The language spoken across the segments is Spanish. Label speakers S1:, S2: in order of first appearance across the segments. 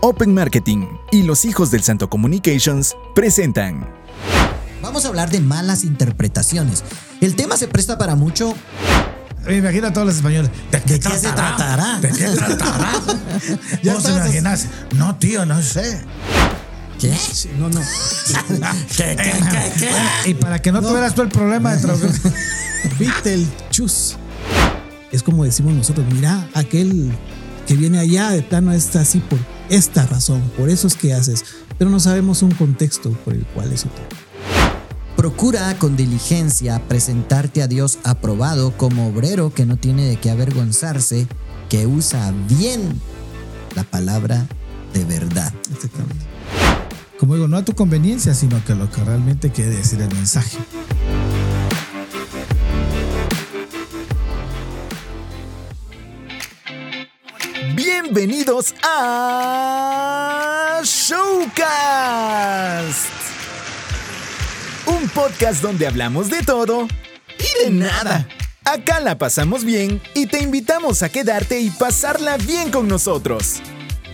S1: Open Marketing y los hijos del Santo Communications presentan.
S2: Vamos a hablar de malas interpretaciones. El tema se presta para mucho.
S3: Me imagino a todos los españoles. ¿De qué,
S2: ¿De qué se tratará?
S3: ¿De qué tratará?
S2: Ya
S3: Vos te
S2: estás-
S3: imaginás. No, tío, no sé.
S2: ¿Qué?
S3: Sí, no, no.
S2: ¿Qué, qué, qué, qué?
S3: Y para que no, tuvieras tú el problema de traducción.
S4: Viste el chus. Es como decimos nosotros, mira, aquel que viene allá de plano está así por esta razón, por eso es que haces, pero no sabemos un contexto por el cual eso te...
S2: Procura con diligencia presentarte a Dios aprobado como obrero que no tiene de qué avergonzarse, que usa bien la palabra de verdad.
S4: Exactamente.
S3: Como digo, no a tu conveniencia, sino que lo que realmente quiere decir el mensaje.
S1: Bienvenidos a Showcast. Un podcast donde hablamos de todo y de nada. Acá la pasamos bien y te invitamos a quedarte y pasarla bien con nosotros.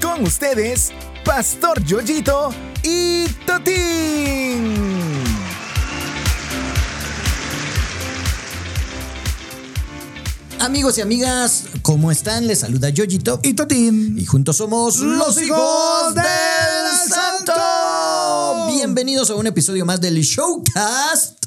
S1: Con ustedes, Pastor Yoyito y Totín.
S2: Amigos y amigas, ¿cómo están? Les saluda Yoyito
S3: Y Totín.
S2: y juntos somos los hijos del
S3: Santo.
S2: Santo. Bienvenidos a un episodio más del Showcast.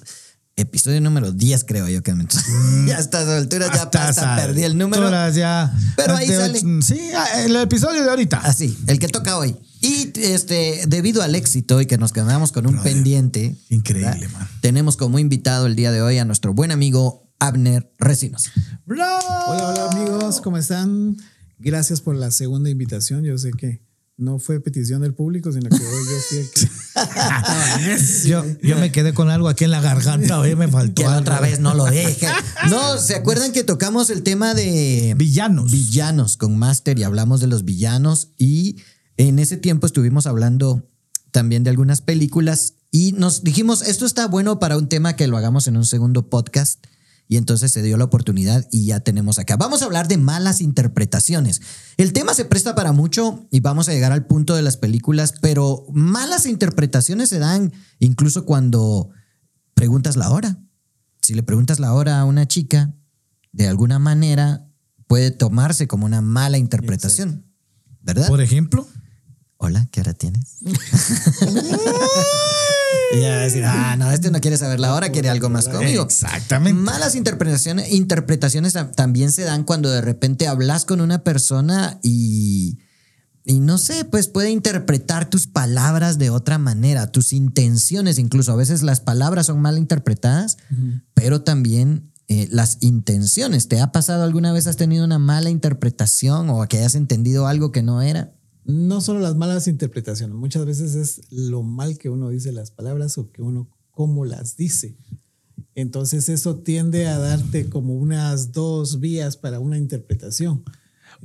S2: Episodio número 10 creo yo que ya a estas alturas ya
S3: Mm. Hasta
S2: hasta perdí el número.
S3: alturas ya.
S2: Pero ahí
S3: Ante-
S2: sale.
S3: Sí, ah, el episodio de ahorita.
S2: Así, el que toca hoy. Y este, debido al éxito y que nos quedamos con un
S3: Brother,
S2: pendiente.
S3: increíble,
S2: ¿verdad?
S3: man.
S2: Tenemos como invitado el día de hoy a nuestro buen amigo Abner Recinos.
S3: Bravo.
S4: Hola, hola amigos, ¿cómo están? Gracias por la segunda invitación, yo sé que no fue petición del público, sino que hoy yo fui el que...
S3: Yo, yo me quedé con algo aquí en la garganta, oye, me faltó.
S2: Que la
S3: algo.
S2: otra vez no lo deje. No, ¿se acuerdan que tocamos el tema de
S3: Villanos.
S2: villanos con Master y hablamos de los villanos? Y en ese tiempo estuvimos hablando también de algunas películas y nos dijimos, esto está bueno para un tema que lo hagamos en un segundo podcast. Y entonces se dio la oportunidad y ya tenemos acá. Vamos a hablar de malas interpretaciones. El tema se presta para mucho y vamos a llegar al punto de las películas, pero malas interpretaciones se dan incluso cuando preguntas la hora. Si le preguntas la hora a una chica, de alguna manera puede tomarse como una mala interpretación, ¿verdad?
S3: Por ejemplo.
S2: Hola, ¿qué hora tienes? y ella va a decir, ah, no, este no quiere saber la hora, quiere algo más conmigo.
S3: Exactamente.
S2: Malas interpretaciones, interpretaciones tam- también se dan cuando de repente hablas con una persona y, y no sé, pues puede interpretar tus palabras de otra manera, tus intenciones incluso. A veces las palabras son mal interpretadas, pero también eh, las intenciones. ¿Te ha pasado alguna vez has tenido una mala interpretación o que hayas entendido algo que no era?
S4: no solo las malas interpretaciones, muchas veces es lo mal que uno dice las palabras o que uno cómo las dice. Entonces eso tiende a darte como unas dos vías para una interpretación.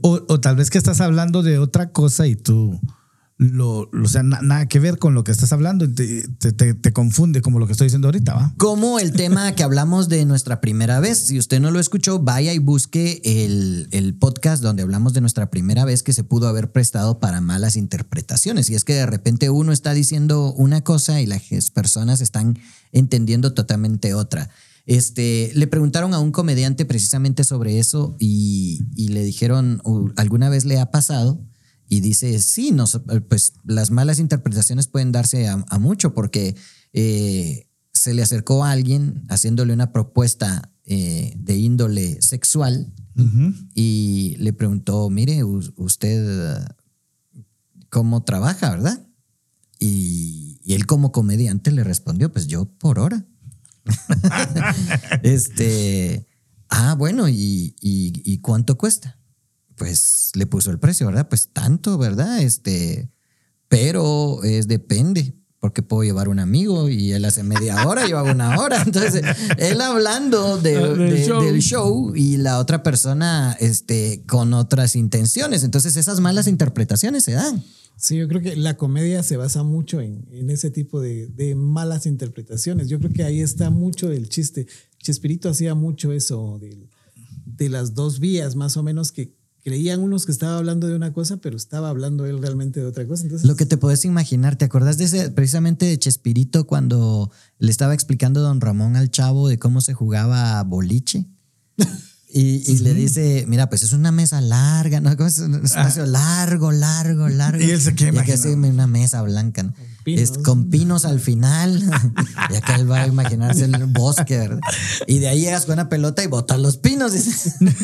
S3: O, o tal vez que estás hablando de otra cosa y tú, lo, lo- o sea, na- nada que ver con lo que estás hablando, y te, te- te- te confunde como lo que estoy diciendo ahorita, ¿va?
S2: Como el tema que hablamos de nuestra primera vez. Si usted no lo escuchó, vaya y busque el, el podcast donde hablamos de nuestra primera vez que se pudo haber prestado para malas interpretaciones. Y es que de repente uno está diciendo una cosa y las personas están entendiendo totalmente otra. Este, le preguntaron a un comediante precisamente sobre eso y, y le dijeron, "U- ¿alguna vez le ha pasado? Y dice, sí, nos- pues las malas interpretaciones pueden darse a, a mucho porque eh, se le acercó a alguien haciéndole una propuesta eh, de índole sexual y le preguntó, mire, u- usted eh, cómo trabaja, ¿verdad? Y, y él como comediante le respondió, pues yo por hora. este, ah, bueno, ¿y, y, y cuánto cuesta? Pues le puso el precio, ¿verdad? Pues tanto, ¿verdad? Este, pero es depende, porque puedo llevar un amigo y él hace media hora, yo hago una hora. Entonces, él hablando de-
S3: Ah, Del
S2: de-
S3: show.
S2: del show y la otra persona este, con otras intenciones. Entonces, esas malas interpretaciones se dan.
S4: Sí, yo creo que la comedia se basa mucho en, en ese tipo de, de malas interpretaciones. Yo creo que ahí está mucho el chiste. Chespirito hacía mucho eso del- de, las dos vías, más o menos, que creían unos que estaba hablando de una cosa, pero estaba hablando él realmente de otra cosa. Entonces,
S2: Lo que te puedes imaginar, ¿te acordás de ese, precisamente de Chespirito cuando le estaba explicando don Ramón al chavo de cómo se jugaba a boliche? Y, y le dice, mira, pues es una mesa larga, ¿no? ¿Cómo Es un espacio largo, largo, largo.
S3: Ah. Y él se queda
S2: Y acá
S3: imaginando.
S2: sí, una mesa blanca, ¿no?
S4: pinos.
S2: Es con pinos al final. y acá él va a imaginarse el bosque, ¿verdad? Y de ahí llegas con una pelota y botas los pinos. dice.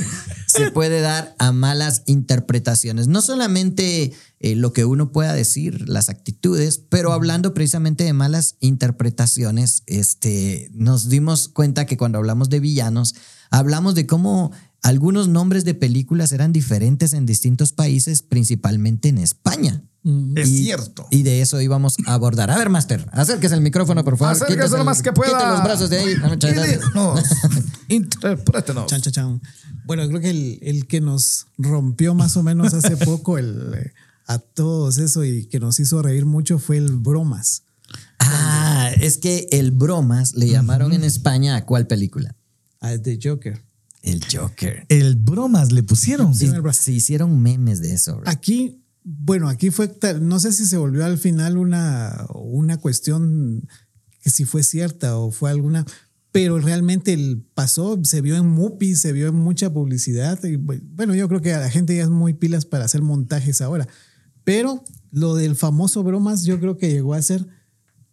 S2: se puede dar a malas interpretaciones. No solamente eh, lo que uno pueda decir, las actitudes, pero hablando precisamente de malas interpretaciones, este, nos dimos cuenta que cuando hablamos de villanos, hablamos de cómo algunos nombres de películas eran diferentes en distintos países, principalmente en España.
S4: mm,
S3: Es
S2: Y-
S3: cierto.
S2: Y de eso íbamos a abordar. A ver, Master, acérquese el micrófono, por favor.
S3: Acérquese
S2: Quítese
S3: lo
S2: el-
S3: más que pueda.
S2: quite los brazos de ahí. Ah, muchas gracias.
S3: Dinos, interprétenos.
S4: Chan, chan, chan. Bueno, creo que el, el que nos rompió más o menos hace poco el, eh, a todos eso y que nos hizo reír mucho fue el bromas.
S2: Ah, es que el bromas le llamaron en España a cuál película?
S4: Ah, de Joker.
S2: El Joker.
S3: El bromas le pusieron.
S2: Sí, se hicieron memes de eso. bro.
S4: Aquí, bueno, aquí fue, tal- no sé si se volvió al final una, una cuestión que si fue cierta o fue alguna, pero realmente el pasó, se vio en Mupi, se vio en mucha publicidad. Y bu- bueno, yo creo que a la gente ya es muy pilas para hacer montajes ahora, pero lo del famoso bromas yo creo que llegó a ser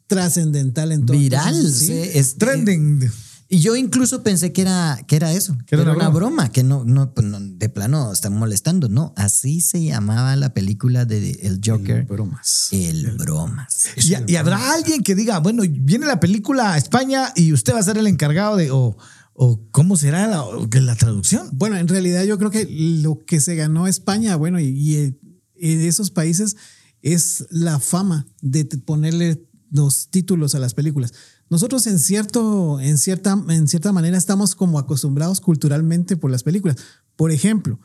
S4: trascendental en todo.
S2: Viral.
S4: Entonces, sí,
S2: se- es- eh,
S3: Trending.
S2: Y yo incluso pensé que era, que era eso, que era, una broma, que no, no, pues, no, de plano están molestando. No, así se llamaba la película de El Joker.
S4: bromas.
S2: El, bromas.
S3: Y, y habrá alguien que diga, bueno, viene la película a España y usted va a ser el encargado de, o, o cómo será la, o que la traducción.
S4: Bueno, en realidad yo creo que lo que se ganó España, bueno, y, y en- en esos países es la fama de t- ponerle los títulos a las películas. Nosotros en cierto, en cierta, en cierta manera estamos como acostumbrados culturalmente por las películas. Por ejemplo,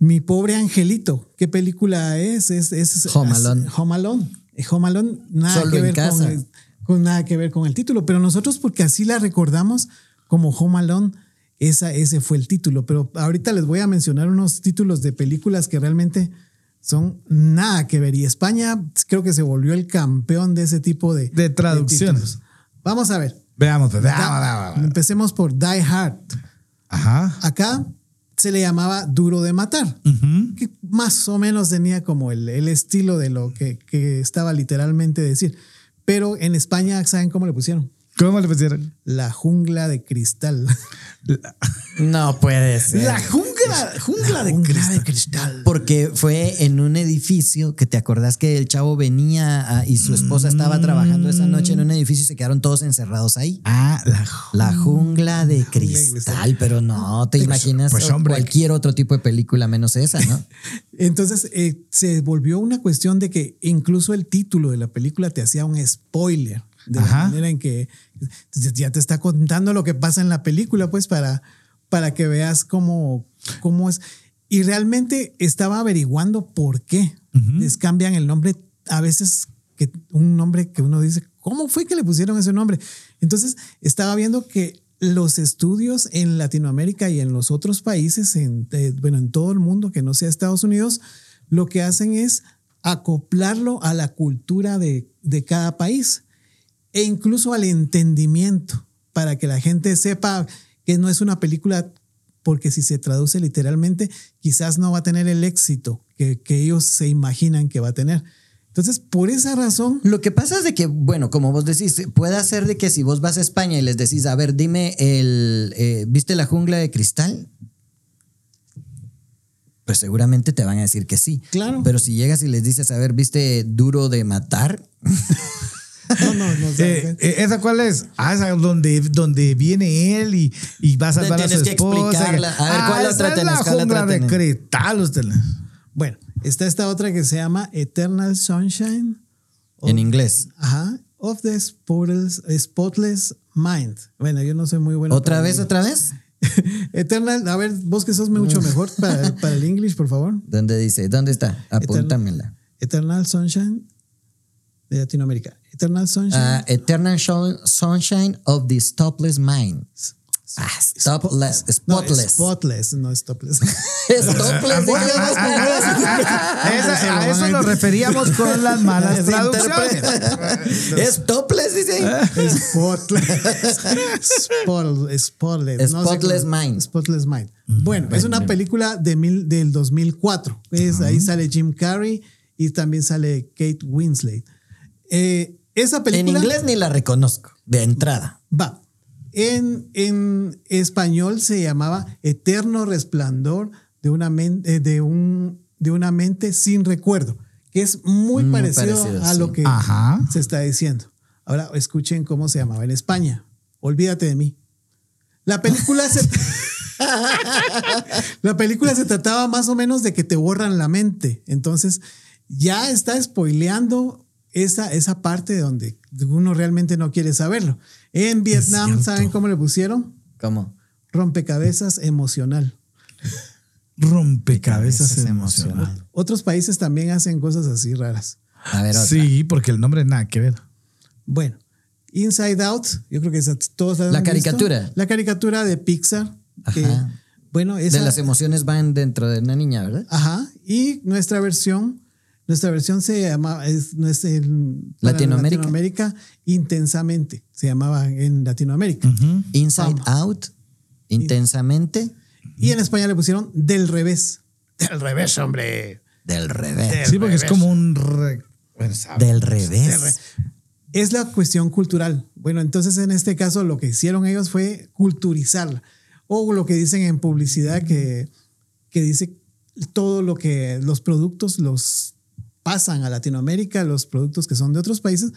S4: mi pobre angelito, ¿qué película es? Es, es
S2: Home
S4: es-
S2: Alone.
S4: Home Alone. Home Alone, nada
S2: Solo
S4: que
S2: en
S4: ver
S2: casa.
S4: con el- con nada que ver con el título, pero nosotros porque así la recordamos como Home Alone, esa, ese fue el título, pero ahorita les voy a mencionar unos títulos de películas que realmente son nada que ver y España creo que se volvió el campeón de ese tipo de,
S3: De traducciones.
S4: títulos. Vamos a ver.
S3: Veamos, pues,
S2: Ah,
S4: Da-
S3: veamos, veamos, veamos.
S4: empecemos por Die Hard.
S3: Ajá.
S4: Acá se le llamaba Duro de Matar, que más o menos tenía como el, el estilo de lo que, que estaba literalmente decir. Pero en España, ¿saben cómo le pusieron?
S3: ¿Cómo le pusieron?
S4: La jungla de cristal.
S2: No puede ser.
S3: jungla,
S4: La jungla de cristal.
S2: Porque fue en un edificio que te acordás que el chavo venía ah, y su esposa estaba trabajando esa noche en un edificio y se quedaron todos encerrados ahí.
S3: Ah, la ju-
S2: La jungla de cristal, pero no, te imaginas
S3: pues, hombre.
S2: cualquier otro tipo de película menos esa, ¿no?
S4: Entonces eh, se volvió una cuestión de que incluso el título de la película te hacía un spoiler. De la
S3: Ajá.
S4: manera en que ya te está contando lo que pasa en la película, pues para, para que veas cómo, cómo es. Y realmente estaba averiguando por qué les cambian el nombre. A veces que un nombre que uno dice, ¿cómo fue que le pusieron ese nombre? Entonces estaba viendo que los estudios en Latinoamérica y en los otros países, en, eh, bueno, en todo el mundo que no sea Estados Unidos, lo que hacen es acoplarlo a la cultura de, de cada país e incluso al entendimiento para que la gente sepa que no es una película porque si se traduce literalmente quizás no va a tener el éxito que, que ellos se imaginan que va a tener. Entonces, por esa razón,
S2: Lo que pasa es de que, bueno, como vos decís, puede ser de que si vos vas a España y les decís, a ver, dime el, eh, ¿viste la jungla de cristal? Pues seguramente te van a decir que sí.
S4: Claro.
S2: Pero si llegas y les dices, a ver, ¿viste duro de matar?
S4: no, no, no,
S3: Eh, eh, ¿Esa cuál es? Ah, esa es donde, donde viene él y, y va a salvar a su
S2: Tienes que
S3: esposa.
S2: explicarla. A ver,
S3: Ah,
S2: ¿cuál otra
S3: esa es
S2: tenés?
S3: la
S2: ¿Cuál otra
S3: jungla de
S2: tenés?
S3: cristal. Usted la-
S4: bueno, está esta otra que se llama Eternal Sunshine of-
S2: En inglés.
S4: Ajá, of the spotless, spotless mind. Bueno, yo no soy muy bueno.
S2: ¿Otra
S4: para
S2: vez,
S4: el-
S2: otra vez?
S4: Eternal, a ver, vos que sos mucho mejor para, para el English, por favor.
S2: ¿Dónde dice? ¿Dónde está? Apúntamela.
S4: Eternal Sunshine de Latinoamérica. Eternal Sunshine.
S2: Ah, Eternal Shon- Sunshine of the Stopless Mind. Ah, stopless,
S4: No,
S2: spotless.
S4: spotless, no stopless.
S2: Stopless, digamos,
S3: ah, Esa- a eso nos referíamos con las malas traducciones.
S2: con- Stopless, dice.
S4: spotless. Spot- spotless. no sé
S2: Spotless
S4: cómo-
S2: Mind.
S4: Spotless Mm, Mind. Bueno, es una película de mil, del 2004. ¿ves? Ahí sale Jim Carrey y también sale Kate Winslet. Eh, esa
S2: En
S4: película.
S2: inglés ni la reconozco, de entrada.
S4: Va. En, en español se llamaba Eterno Resplandor de una, men- eh, de un, de una mente sin recuerdo, que es muy,
S2: Muy
S4: parecido,
S2: parecido,
S4: a
S2: sí.
S4: lo que
S3: Ajá.
S4: se está diciendo. Ahora escuchen cómo se llamaba en España. Olvídate de mí. La película se, la película se trataba más o menos de que te borran la mente. Entonces, ya está spoileando esa, esa parte donde uno realmente no quiere saberlo. En Vietnam,
S3: cierto.
S4: ¿saben cómo le pusieron?
S2: ¿Cómo?
S4: Rompecabezas emocional.
S3: Rompecabezas emocional.
S4: Otros países también hacen cosas así raras.
S2: A ver, otra.
S3: Sí, porque el nombre nada que ver.
S4: Bueno, Inside Out, yo creo que esa- todos la
S2: La
S4: han visto.
S2: caricatura.
S4: La caricatura de Pixar. que,
S2: Ajá.
S4: bueno, esa,
S2: De las emociones van dentro de una niña, ¿verdad?
S4: Ajá. Y nuestra versión, nuestra versión se llama, es, no es en para
S2: Latinoamérica.
S4: Latinoamérica, intensamente, se llamaba en Latinoamérica.
S2: Inside Out, intensamente,
S4: Y en España le pusieron del revés.
S3: Del revés, hombre.
S2: del revés.
S3: Sí, porque es como un. re- bueno, sabe.
S2: Del
S4: re-
S2: revés.
S4: Es la cuestión cultural. Bueno, entonces en este caso lo que hicieron ellos fue culturizarla. O lo que dicen en publicidad que, que dice todo lo que los productos los pasan a Latinoamérica, los productos que son de otros países,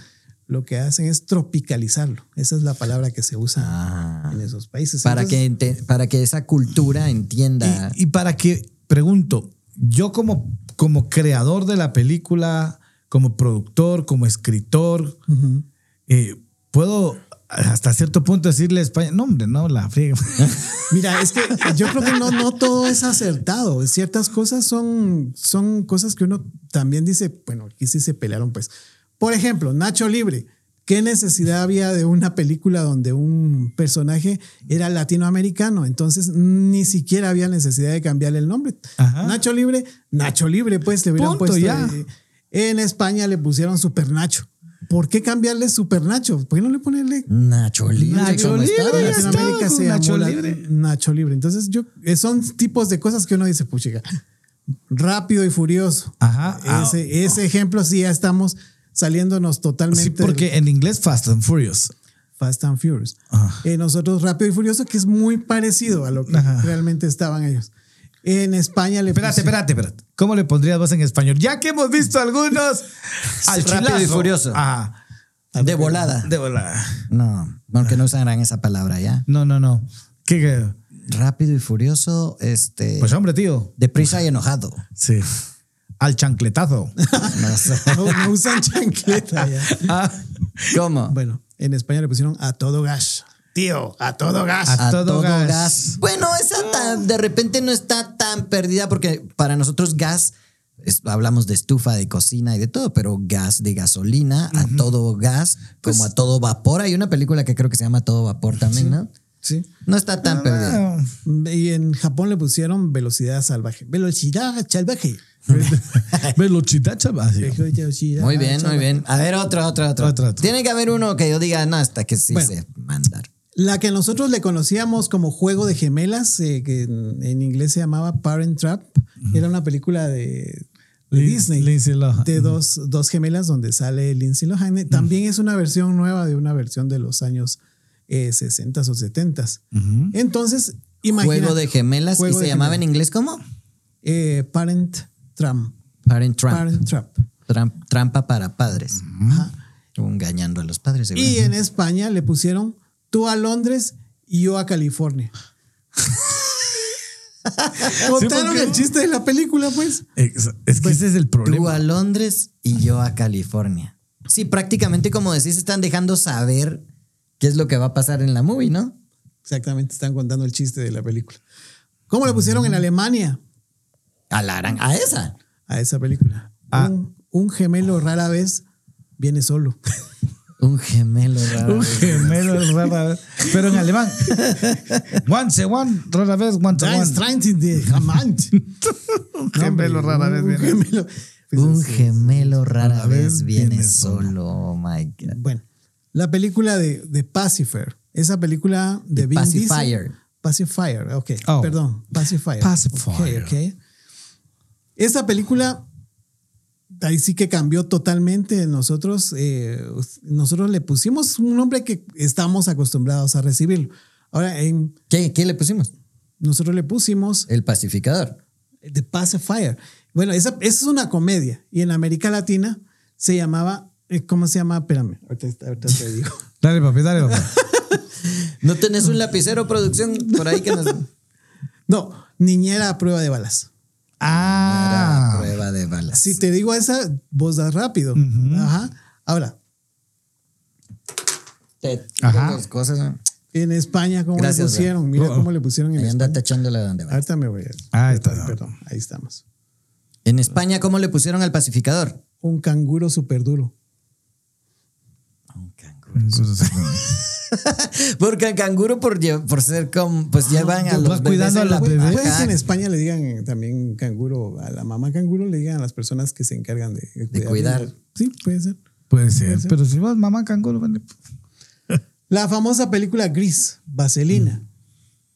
S4: lo que hacen es tropicalizarlo. Esa es la palabra que se usa
S2: Ah.
S4: en esos países.
S2: Para
S4: Entonces,
S2: que, ente- para que esa cultura entienda.
S3: Y, y para que, pregunto, yo como, como creador de la película, como productor, como escritor,
S4: Ujú.
S3: eh, puedo hasta cierto punto decirle a España, no, hombre, no, la friega.
S4: Mira, es que yo creo que no, no todo es acertado. Ciertas cosas son, son cosas que uno también dice, bueno, aquí sí se pelearon, pues. Por ejemplo, Nacho Libre. ¿Qué necesidad había de una película donde un personaje era latinoamericano? Entonces ni siquiera había necesidad de cambiarle el nombre.
S3: Ajá.
S4: Nacho Libre, Nacho Libre, pues le hubieran
S3: Punto,
S4: puesto.
S3: ya.
S4: eh, En España le pusieron Super Nacho. ¿Por qué cambiarle Super Nacho? ¿Por qué no le ponerle
S2: Nacho Libre.
S3: Nacho
S2: ¿cómo está?
S3: Libre,
S4: en
S3: ya
S4: Latinoamérica
S3: está,
S4: se
S3: con Nacho
S4: llamó la-
S3: Libre.
S4: Nacho Libre. Entonces, yo, eh, son tipos de cosas que uno dice, puchica, rápido y furioso.
S3: Ajá. ah,
S4: Ese, ese ejemplo sí ya estamos saliéndonos totalmente.
S3: sí,
S4: del
S3: porque en inglés Fast and Furious.
S4: Fast and Furious.
S3: Ah.
S4: Eh, nosotros rápido y furioso, que es muy parecido a lo que
S3: Ajá.
S4: realmente estaban ellos. En España le
S3: Espérate,
S4: pusieron-
S3: espérate, espérate. ¿Cómo le pondrías vos en español? Ya que hemos visto algunos al
S2: Rápido y
S3: chilazo.
S2: furioso.
S3: Ajá.
S2: De volada.
S3: De volada.
S2: No, porque no usarán esa palabra ya.
S3: No, no, no. ¿Qué, qué?
S2: Rápido y furioso, este.
S3: Pues hombre, tío.
S2: deprisa y enojado.
S3: Sí. Al chancletazo.
S2: No sé.
S4: No, no usan chancleta ya.
S3: Ah,
S2: ¿Cómo?
S4: Bueno, en España le pusieron a todo gas. Tío, a todo gas.
S3: A todo gas. Ah,
S2: Bueno, esa ta- de repente no está tan perdida porque para nosotros gas, es- hablamos de estufa, de cocina y de todo, pero gas de gasolina, a todo gas, como a todo vapor. Hay una película que creo que se llama A Todo Vapor también, ¿no?
S4: Pues Sí.
S2: No está tan perdida.
S3: ah,
S4: Y en Japón le pusieron velocidad salvaje. Velocidad salvaje.
S3: Velocidad, chaval.
S2: Muy bien, muy bien. A ver, otro, otro, otro.
S3: Otro, otro.
S2: Tiene que haber uno que yo diga, no, hasta que sí
S4: Bueno.
S2: se mandar.
S4: La que nosotros le conocíamos como Juego de Gemelas, eh, que en, en inglés se llamaba Parent Trap, era una película de, de
S3: Lin-
S4: Disney.
S3: Lindsay Lohan.
S4: De dos, dos gemelas donde sale Lindsay Lohan. También es una versión nueva de una versión de los años eh, 60 o 70. Entonces, imagínate.
S2: Juego de gemelas
S4: Juego
S2: y se
S4: de
S2: llamaba en
S4: gemelas.
S2: inglés ¿cómo?
S4: Eh, Parent Trap.
S2: Parent Trump.
S4: Parent Trap.
S2: Tram- trampa para padres. O Engañando a los padres, seguro.
S4: Y en España le pusieron tú a Londres y yo a California. Contaron
S3: porque-
S4: el chiste de la película, pues.
S3: Es, es que ese es el
S2: Tú
S3: problema.
S2: a Londres y yo a California. Sí, prácticamente como decís, están dejando saber qué es lo que va a pasar en la movie, ¿no?
S4: Exactamente, están contando el chiste de la película. ¿Cómo le pusieron en Alemania
S2: A la gran- a esa.
S4: a esa película?
S3: Ah.
S4: Un, un gemelo rara vez viene solo.
S2: Un gemelo raro.
S3: Un gemelo es rara vez. Pero en alemán. Once one, rara vez, once
S4: Da ist
S3: one.
S4: Streinchen, die Diamant.
S3: Un gemelo rara vez.
S4: Un
S3: viene.
S4: gemelo. Pues
S2: Un
S4: así es.
S2: gemelo rara
S3: vez
S2: vez viene
S3: viene
S2: solo. Oh my God.
S4: Bueno, la película de, de Pacifier. Esa película de
S2: De
S4: Vin Diesel.
S2: Pacifier.
S4: Pacifier, ok.
S3: Oh.
S4: Perdón, Pacifier. Ok,
S3: Pacifier.
S4: ok. Esta película, ahí sí que cambió totalmente. Nosotros, eh, nosotros le pusimos un nombre que estamos acostumbrados a recibirlo. Ahora, en-
S2: ¿Qué, ¿Qué le pusimos?
S4: nosotros le pusimos
S2: El pacificador.
S4: The Pacifier. Bueno, esa, esa es una comedia. Y en América Latina se llamaba, eh, ¿cómo se llama? Espérame, ahorita, ahorita te digo.
S3: Dale, papi, dale, papi.
S2: ¿No tenés un lapicero producción por ahí que nos...
S4: No, Niñera a prueba de balas.
S2: Era
S3: Ah.
S2: prueba de balas.
S4: Si te digo esa, vos das rápido. Ajá. Ahora,
S2: Te-
S3: Ajá.
S2: las cosas. ¿no?
S4: en España, ¿cómo
S2: Gracias,
S4: le pusieron? Mira
S3: bro.
S4: cómo le pusieron en
S2: Ahí anda
S4: España.
S2: tachándola donde va.
S4: Ahorita me voy a...
S3: Oh, Ah, Ahí está.
S4: perdón, perdón, ahí estamos.
S2: En España, ¿cómo le pusieron al pacificador?
S4: Un canguro súper duro.
S2: Un canguro. Porque el canguro, por, lle- por ser como, pues llevan a
S3: tú
S2: los
S3: vas
S2: bebés
S3: Ah, cuidando a
S2: la-
S3: los
S4: Puede,
S3: bebés.
S4: puede
S2: Ajá.
S4: que en España le digan eh, también canguro, a la mamá canguro le digan a las personas que se encargan de,
S2: cuidar.
S4: Sí, puede ser.
S3: Puede ser. Pero si vas mamá canguro, vale.
S4: La famosa película Gris, Vaselina.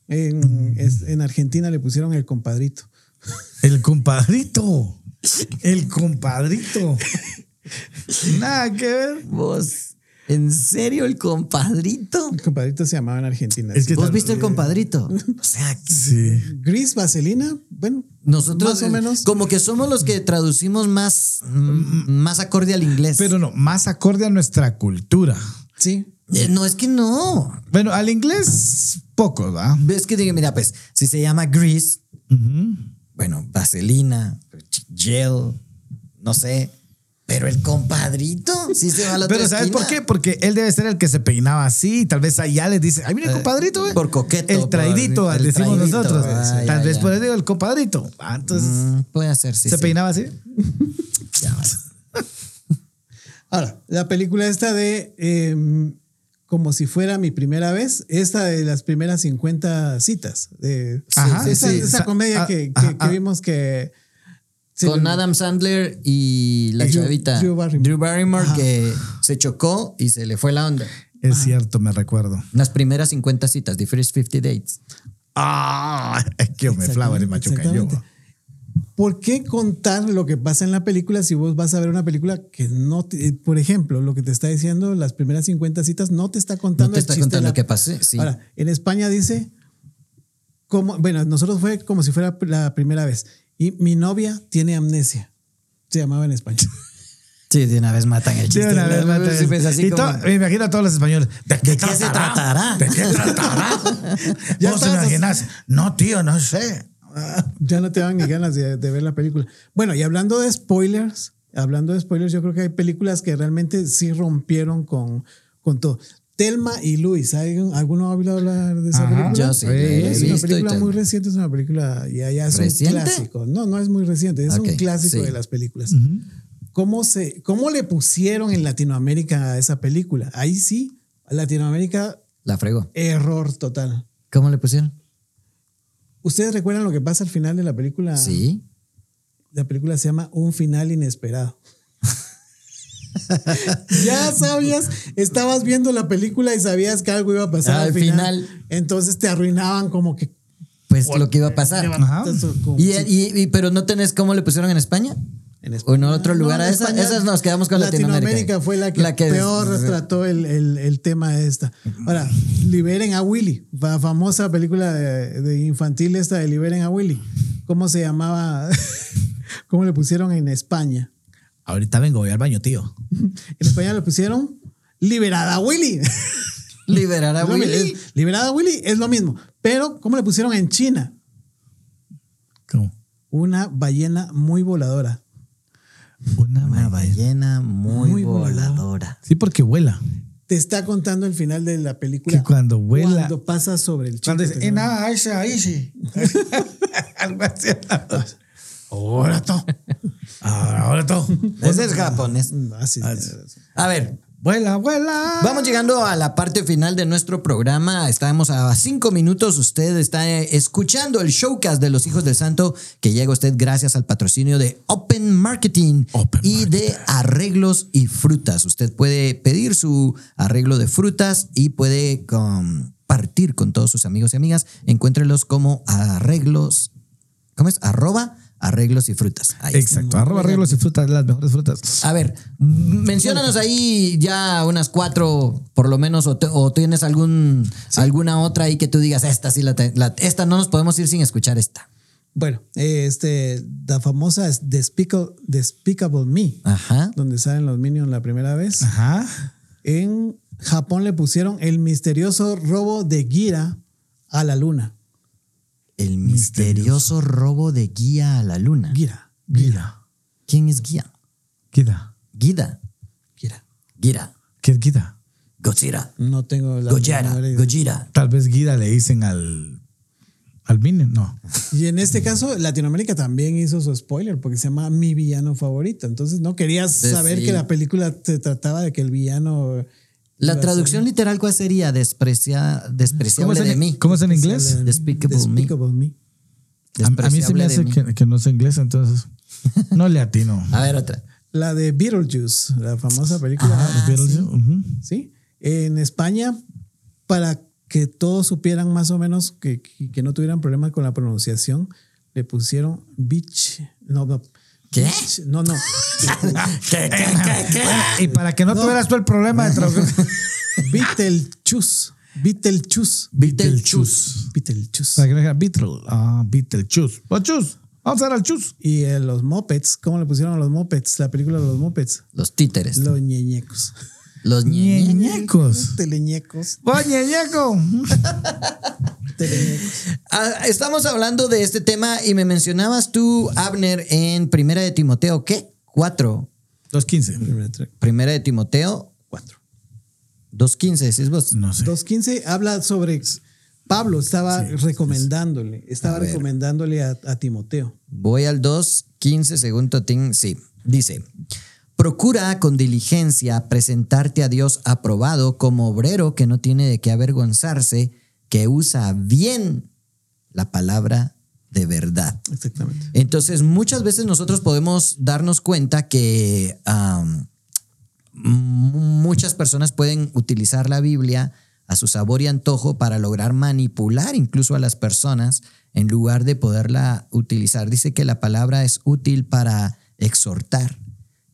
S4: En, es- en Argentina le pusieron el compadrito.
S3: El compadrito. El compadrito. Nada que ver.
S2: Vos, ¿en serio el compadrito?
S4: El compadrito se llamaba en Argentina.
S3: Es
S4: sí.
S3: que-
S2: ¿Vos
S3: tal? Eh,
S2: viste el compadrito? O sea,
S3: Sí.
S4: Gris, Vaselina, bueno,
S2: nosotros eh,
S4: más o menos.
S2: como que somos los que traducimos más, mm, más acorde al inglés.
S3: Pero no, más acorde a nuestra cultura.
S4: Sí.
S2: Eh, no, es que no.
S3: Bueno, al inglés, poco, ¿va?
S2: Es que digo, mira, pues, si se llama grease,
S3: Ujú.
S2: bueno, vaselina, gel, no sé. Pero el compadrito sí se va a la otra
S3: Pero ¿sabes
S2: esquina.
S3: por qué? Porque él debe ser el que se peinaba así. y Tal vez allá les dice, ay, mira el compadrito, güey.
S2: Eh, por coqueto,
S3: El traidito,
S2: por- el
S3: decimos
S2: traidito,
S3: nosotros.
S2: ah,
S3: tal
S2: ya,
S3: vez
S2: ya.
S3: por eso digo el compadrito. Ah, entonces,
S2: Mm, Puede ser, sí.
S3: ¿se
S2: sí.
S3: peinaba así?
S2: Ya vale.
S4: Ahora, la película esta de eh, Como si fuera mi primera vez, esta de las primeras 50 citas. de-
S3: Ajá,
S4: esa,
S3: sí.
S4: esa
S3: Sa-
S4: comedia
S3: ah,
S4: que, que-
S3: ajá,
S4: que
S3: ah.
S4: vimos que... se
S2: Con
S4: le-
S2: Adam Sandler y la
S4: Y Drew-
S2: chavita
S4: Drew Barrymore.
S2: Barrymore, que se chocó y se le fue la onda.
S3: Es cierto, me recuerdo.
S2: Las primeras 50 citas, the first 50 dates.
S3: Ah, es que yo me flaba de machuca yo.
S4: Exactamente. ¿Por qué contar lo que pasa en la película si vos vas a ver una película que no, te- por ejemplo, lo que te está diciendo las primeras 50 citas no te está contando
S2: No te
S4: el
S2: está
S4: chiste de
S2: contando
S4: la-
S2: qué pasó, sí.
S4: Ahora, en España dice como bueno, nosotros fue como si fuera la primera vez y mi novia tiene amnesia. Se llamaba en España.
S2: Sí, de una vez matan el
S3: De
S2: chiste.
S3: una vez,
S2: ¿no?
S3: mata-
S2: Sí, pues, así
S3: y
S2: como-
S3: to- me imagino a todos los españoles. ¿De qué,
S2: qué se tratará?
S3: ¿De qué tratará?
S4: Ya
S3: ¿Vos te
S4: estabas-
S3: imaginas? No, tío, no sé.
S4: Ya no te dan ni ganas de, de ver la película. Bueno, y hablando de spoilers, hablando de spoilers, yo creo que hay películas que realmente sí rompieron con, con todo. Telma y Luis, ¿alguien- ¿alguno ha oído hablar de esa
S3: Ajá.
S4: película?
S2: Yo sí, la he
S4: es una
S2: visto y
S4: película
S2: Telma.
S4: muy reciente, es una película ya, ya es
S2: ¿Reciente?
S4: un clásico. No, no es muy reciente, es
S2: Ok,
S4: un clásico
S2: sí.
S4: de las películas. ¿Cómo, se, ¿Cómo le pusieron en Latinoamérica a esa película? Ahí sí, Latinoamérica,
S2: La fregó.
S4: error total.
S2: ¿Cómo le pusieron?
S4: ¿Ustedes recuerdan lo que pasa al final de la película?
S2: Sí.
S4: La película se llama Un final inesperado. ya sabías, estabas viendo la película y sabías que algo iba a pasar al,
S2: Al
S4: final.
S2: Ah, final.
S4: Entonces te arruinaban como que
S2: Pues lo que iba a pasar.
S3: Ajá.
S4: Entonces, como-
S2: Ah. Y, y- y- pero no tenés cómo le pusieron en España. O
S4: En
S2: en
S4: España.
S2: otro lugar.
S4: Ah, No,
S2: A
S4: en
S2: esa-
S4: España,
S2: esas nos quedamos con Latinoamérica.
S4: fue la que, peor trató el, el- el tema de esta. Ahora, liberen a Willy, la famosa película de, de infantil esta de Liberen a Willy. ¿Cómo se llamaba? ¿Cómo le pusieron en España?
S3: Ahorita vengo, voy al baño, tío.
S4: En España le pusieron Liberada Willy.
S2: Liberar a
S4: Es lo mi-
S2: Willy.
S4: es- liberada Willy es lo mismo. Pero, ¿cómo le pusieron en China?
S3: ¿Cómo?
S4: Una ballena muy voladora.
S3: Una
S2: Una
S3: baba.
S2: ballena muy,
S4: Muy voladora.
S2: voladora.
S3: Sí, porque vuela.
S4: Te está contando el final de la película.
S3: Que cuando vuela-
S4: Cuando pasa sobre el chico.
S3: Cuando dice, "Eh, nada, ahí sí, ahí sí. Algo así. Ahora todo. Ahora todo.
S2: Ese es japonés.
S4: Ah,
S3: Ah,
S4: Así es.
S2: pues, A ver,
S3: Vuela, vuela.
S2: Vamos llegando a la parte final de nuestro programa. Estamos a cinco minutos. Usted está eh, escuchando el showcast de los Hijos del Santo que llega a usted gracias al patrocinio de Open Marketing
S3: Open
S2: y de arreglos y frutas. Usted puede pedir su arreglo de frutas y puede compartir con todos sus amigos y amigas. Encuéntrelos como arreglos. ¿Cómo es? Arroba arreglos y frutas. Ahí está.
S3: Exacto. Arroba arreglos y frutas, las mejores frutas.
S2: A ver, mencionanos ahí ya unas cuatro, por lo menos, o, te- o tienes algún, alguna otra ahí que tú digas, esta sí la, te- la- esta no nos podemos ir sin escuchar esta.
S4: Bueno, eh, este, la famosa es Despica- Despicable Me,
S2: Ajá.
S4: donde salen los Minions la primera vez.
S3: Ajá.
S4: En Japón le pusieron el misterioso robo de Gira a la luna.
S2: El misterioso robo de guía a la luna.
S4: Gira.
S3: Guida.
S2: ¿Quién es guía?
S3: Guida.
S2: Guida.
S4: Gira.
S2: Guira.
S3: ¿Qué es Guida?
S2: Godzilla.
S4: No tengo la
S2: Gojira.
S4: menor idea.
S2: Gojira.
S3: Tal vez Guida le dicen al. Al Minion. No.
S4: Y en este caso, Latinoamérica también hizo su spoiler porque se llama Mi villano favorito. Entonces no querías
S2: Sí,
S4: saber
S2: sí.
S4: que la película se trataba de que el villano.
S2: La traducción literal, ¿cuál sería? Desprecia,
S3: ¿Cómo
S2: despreciable
S3: es,
S2: de
S3: en,
S2: mí.
S3: cómo es en inglés?
S2: Despicable Me.
S4: Despicable Me.
S3: A, a mí se me
S2: Despreciable de
S3: hace
S2: mí. Ah,
S3: que, que no es inglés, entonces. No le atino.
S2: A ver, otra.
S4: La de Beetlejuice, la famosa película.
S3: Ah, pero yo- ujú.
S4: ¿sí? En España, para que todos supieran más o menos que, que- que no tuvieran problema con la pronunciación, le pusieron bitch. No, no.
S2: ¿Qué?
S4: Bitch, no, no.
S2: ¿Qué, qué, qué, qué?
S3: Y para que no, tuvieras tú el problema de traducción.
S4: Beetlejuice. Beetlejuice.
S2: Beetlejuice.
S3: Para
S4: Beetlejuice.
S3: que no diga Beetle. Ah, Beetle. Chus. O chus. Vamos a dar al chus.
S4: Y eh, los Mopeds, ¿cómo le pusieron a los Mopeds? La película de los Mopeds.
S2: Los títeres.
S4: Los ñeñecos.
S2: Los ñeñe.
S3: Ñeñecos.
S4: Teleñecos.
S3: ¡Vos, ñeñeco!
S4: Teleñecos.
S2: Ah, estamos hablando de este tema y me mencionabas tú, Abner, en Primera de Timoteo, ¿qué? Cuatro.
S3: Los 15.
S2: Primera de Timoteo, cuatro. 2.15, decís vos.
S3: No sé.
S4: 2.15 habla sobre Pablo, estaba recomendándole, estaba
S2: ver.
S4: recomendándole a- a Timoteo.
S2: Voy al 2.15 según Totín. Sí, dice, procura con diligencia presentarte a Dios aprobado como obrero que no tiene de qué avergonzarse, que usa bien la palabra de verdad.
S4: Exactamente.
S2: Entonces, muchas veces nosotros podemos darnos cuenta que am, mu- muchas personas pueden utilizar la Biblia a su sabor y antojo para lograr manipular incluso a las personas en lugar de poderla utilizar. Dice que la palabra es útil para exhortar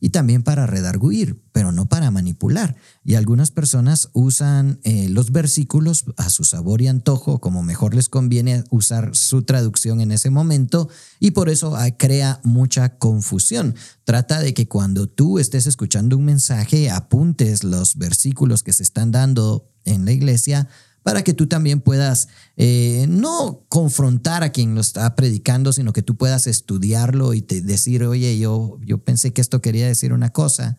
S2: y también para redarguir, pero no para manipular. Y algunas personas usan eh, los versículos a su sabor y antojo, como mejor les conviene usar su traducción en ese momento, y por eso ah, crea mucha confusión. Trata de que cuando tú estés escuchando un mensaje, apuntes los versículos que se están dando en la iglesia para que tú también puedas eh, no confrontar a quien lo está predicando, sino que tú puedas estudiarlo y te decir, oye, yo, yo pensé que esto quería decir una cosa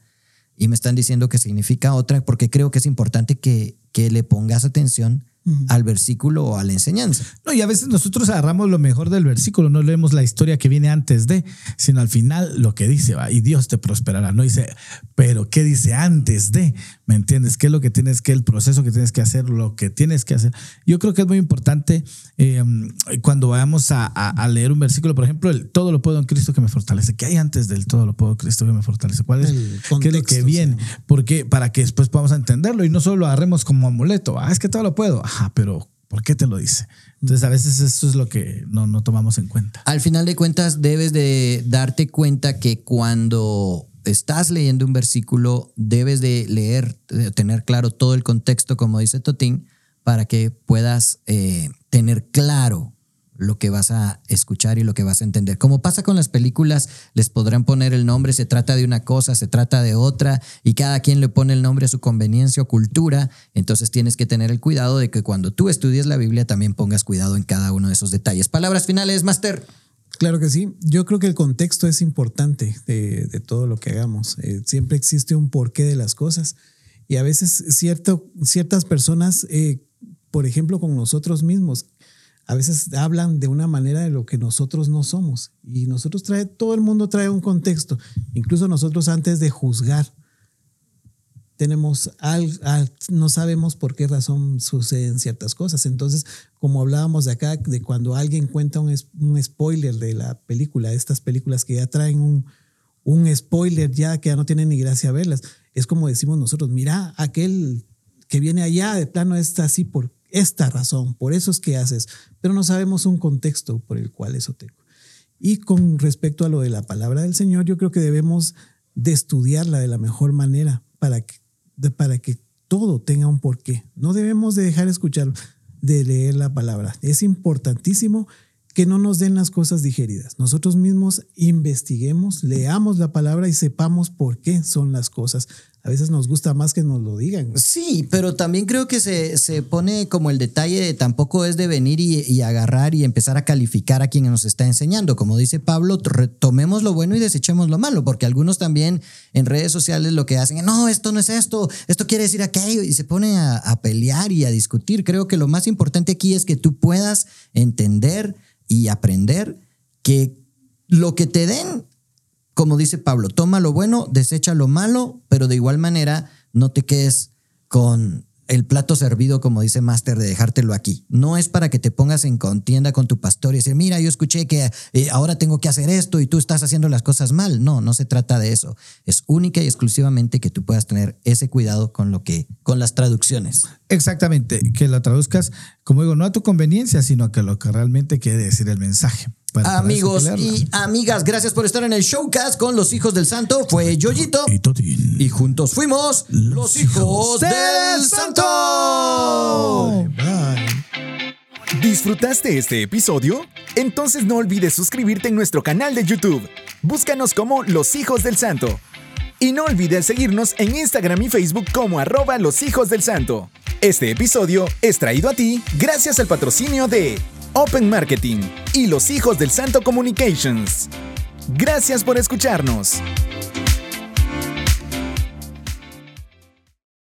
S2: y me están diciendo que significa otra, porque creo que es importante que, que le pongas atención al versículo o a la enseñanza.
S3: No, y a veces nosotros agarramos lo mejor del versículo, no leemos la historia que viene antes de, sino al final lo que dice, va, y Dios te prosperará. No dice, pero ¿qué dice antes de? ¿Me entiendes? ¿Qué es lo que tienes que, el proceso que tienes que hacer, lo que tienes que hacer? Yo creo que es muy importante eh, cuando vayamos a, a- a leer un versículo, por ejemplo, el todo lo puedo en Cristo que me fortalece. ¿Qué hay antes del todo lo puedo en Cristo que me fortalece? ¿Cuál es?
S4: El
S3: ¿Qué es lo
S4: contexto,
S3: que viene?
S4: sí.
S3: Porque para que después podamos entenderlo y no solo lo agarremos como amuleto. Ah, es que todo lo puedo. Ajá, pero ¿por qué te lo dice? Entonces a veces eso es lo que no, no tomamos en cuenta.
S2: Al final de cuentas, debes de darte cuenta que cuando estás leyendo un versículo, debes de leer, de tener claro todo el contexto, como dice Totín, para que puedas eh, tener claro lo que vas a escuchar y lo que vas a entender. Como pasa con las películas, les podrán poner el nombre, se trata de una cosa, se trata de otra, y cada quien le pone el nombre a su conveniencia o cultura, entonces tienes que tener el cuidado de que cuando tú estudies la Biblia también pongas cuidado en cada uno de esos detalles. Palabras finales, Master.
S4: Claro que sí. Yo creo que el contexto es importante de, de todo lo que hagamos. Eh, siempre existe un porqué de las cosas. Y a veces cierto, ciertas personas, eh, por ejemplo, con nosotros mismos, a veces hablan de una manera de lo que nosotros no somos. Y nosotros trae, todo el mundo trae un contexto, incluso nosotros antes de juzgar. tenemos al, al- no sabemos por qué razón suceden ciertas cosas. Entonces, como hablábamos de acá, de cuando alguien cuenta un, es- un spoiler de la película, estas películas que ya traen un, un spoiler ya que ya no tiene ni gracia verlas, es como decimos nosotros, mira, aquel que viene allá de plano está así por esta razón, por eso es que haces, pero no sabemos un contexto por el cual eso te... Y con respecto a lo de la palabra del Señor, yo creo que debemos de estudiarla de la mejor manera para que, de- para que todo tenga un porqué. No debemos de dejar escuchar, de leer la palabra. Es importantísimo que no nos den las cosas digeridas. Nosotros mismos investiguemos, leamos la palabra y sepamos por qué son las cosas. A veces nos gusta más que nos lo digan.
S2: Sí, pero también creo que se, se pone como el detalle de tampoco es de venir y, y agarrar y empezar a calificar a quien nos está enseñando. Como dice Pablo, re- tomemos lo bueno y desechemos lo malo, porque algunos también en redes sociales lo que hacen, no, esto no es esto, esto quiere decir aquello, y se ponen a, a pelear y a discutir. Creo que lo más importante aquí es que tú puedas entender y aprender que lo que te den como dice Pablo, toma lo bueno, desecha lo malo, pero de igual manera no te quedes con el plato servido, como dice Master, de dejártelo aquí. No es para que te pongas en contienda con tu pastor y decir, mira, yo escuché que eh, ahora tengo que hacer esto y tú estás haciendo las cosas mal. No, no se trata de eso. Es única y exclusivamente que tú puedas tener ese cuidado con lo que, con las traducciones.
S3: Exactamente, que la traduzcas, como digo, no a tu conveniencia, sino que lo que realmente quiere decir el mensaje. Para- para eso hay que
S2: Amigos
S3: leerla.
S2: y amigas, gracias por estar en el showcast con los hijos del santo. Fue Yoyito.
S3: Y Totín.
S2: Y juntos fuimos los hijos del santo.
S1: ¿Disfrutaste este episodio? Entonces no olvides suscribirte en nuestro canal de YouTube. Búscanos como Los Hijos del Santo. Y no olvides seguirnos en Instagram y Facebook como arroba Los Hijos del Santo. Este episodio es traído a ti gracias al patrocinio de Open Marketing y Los Hijos del Santo Communications. Gracias por escucharnos.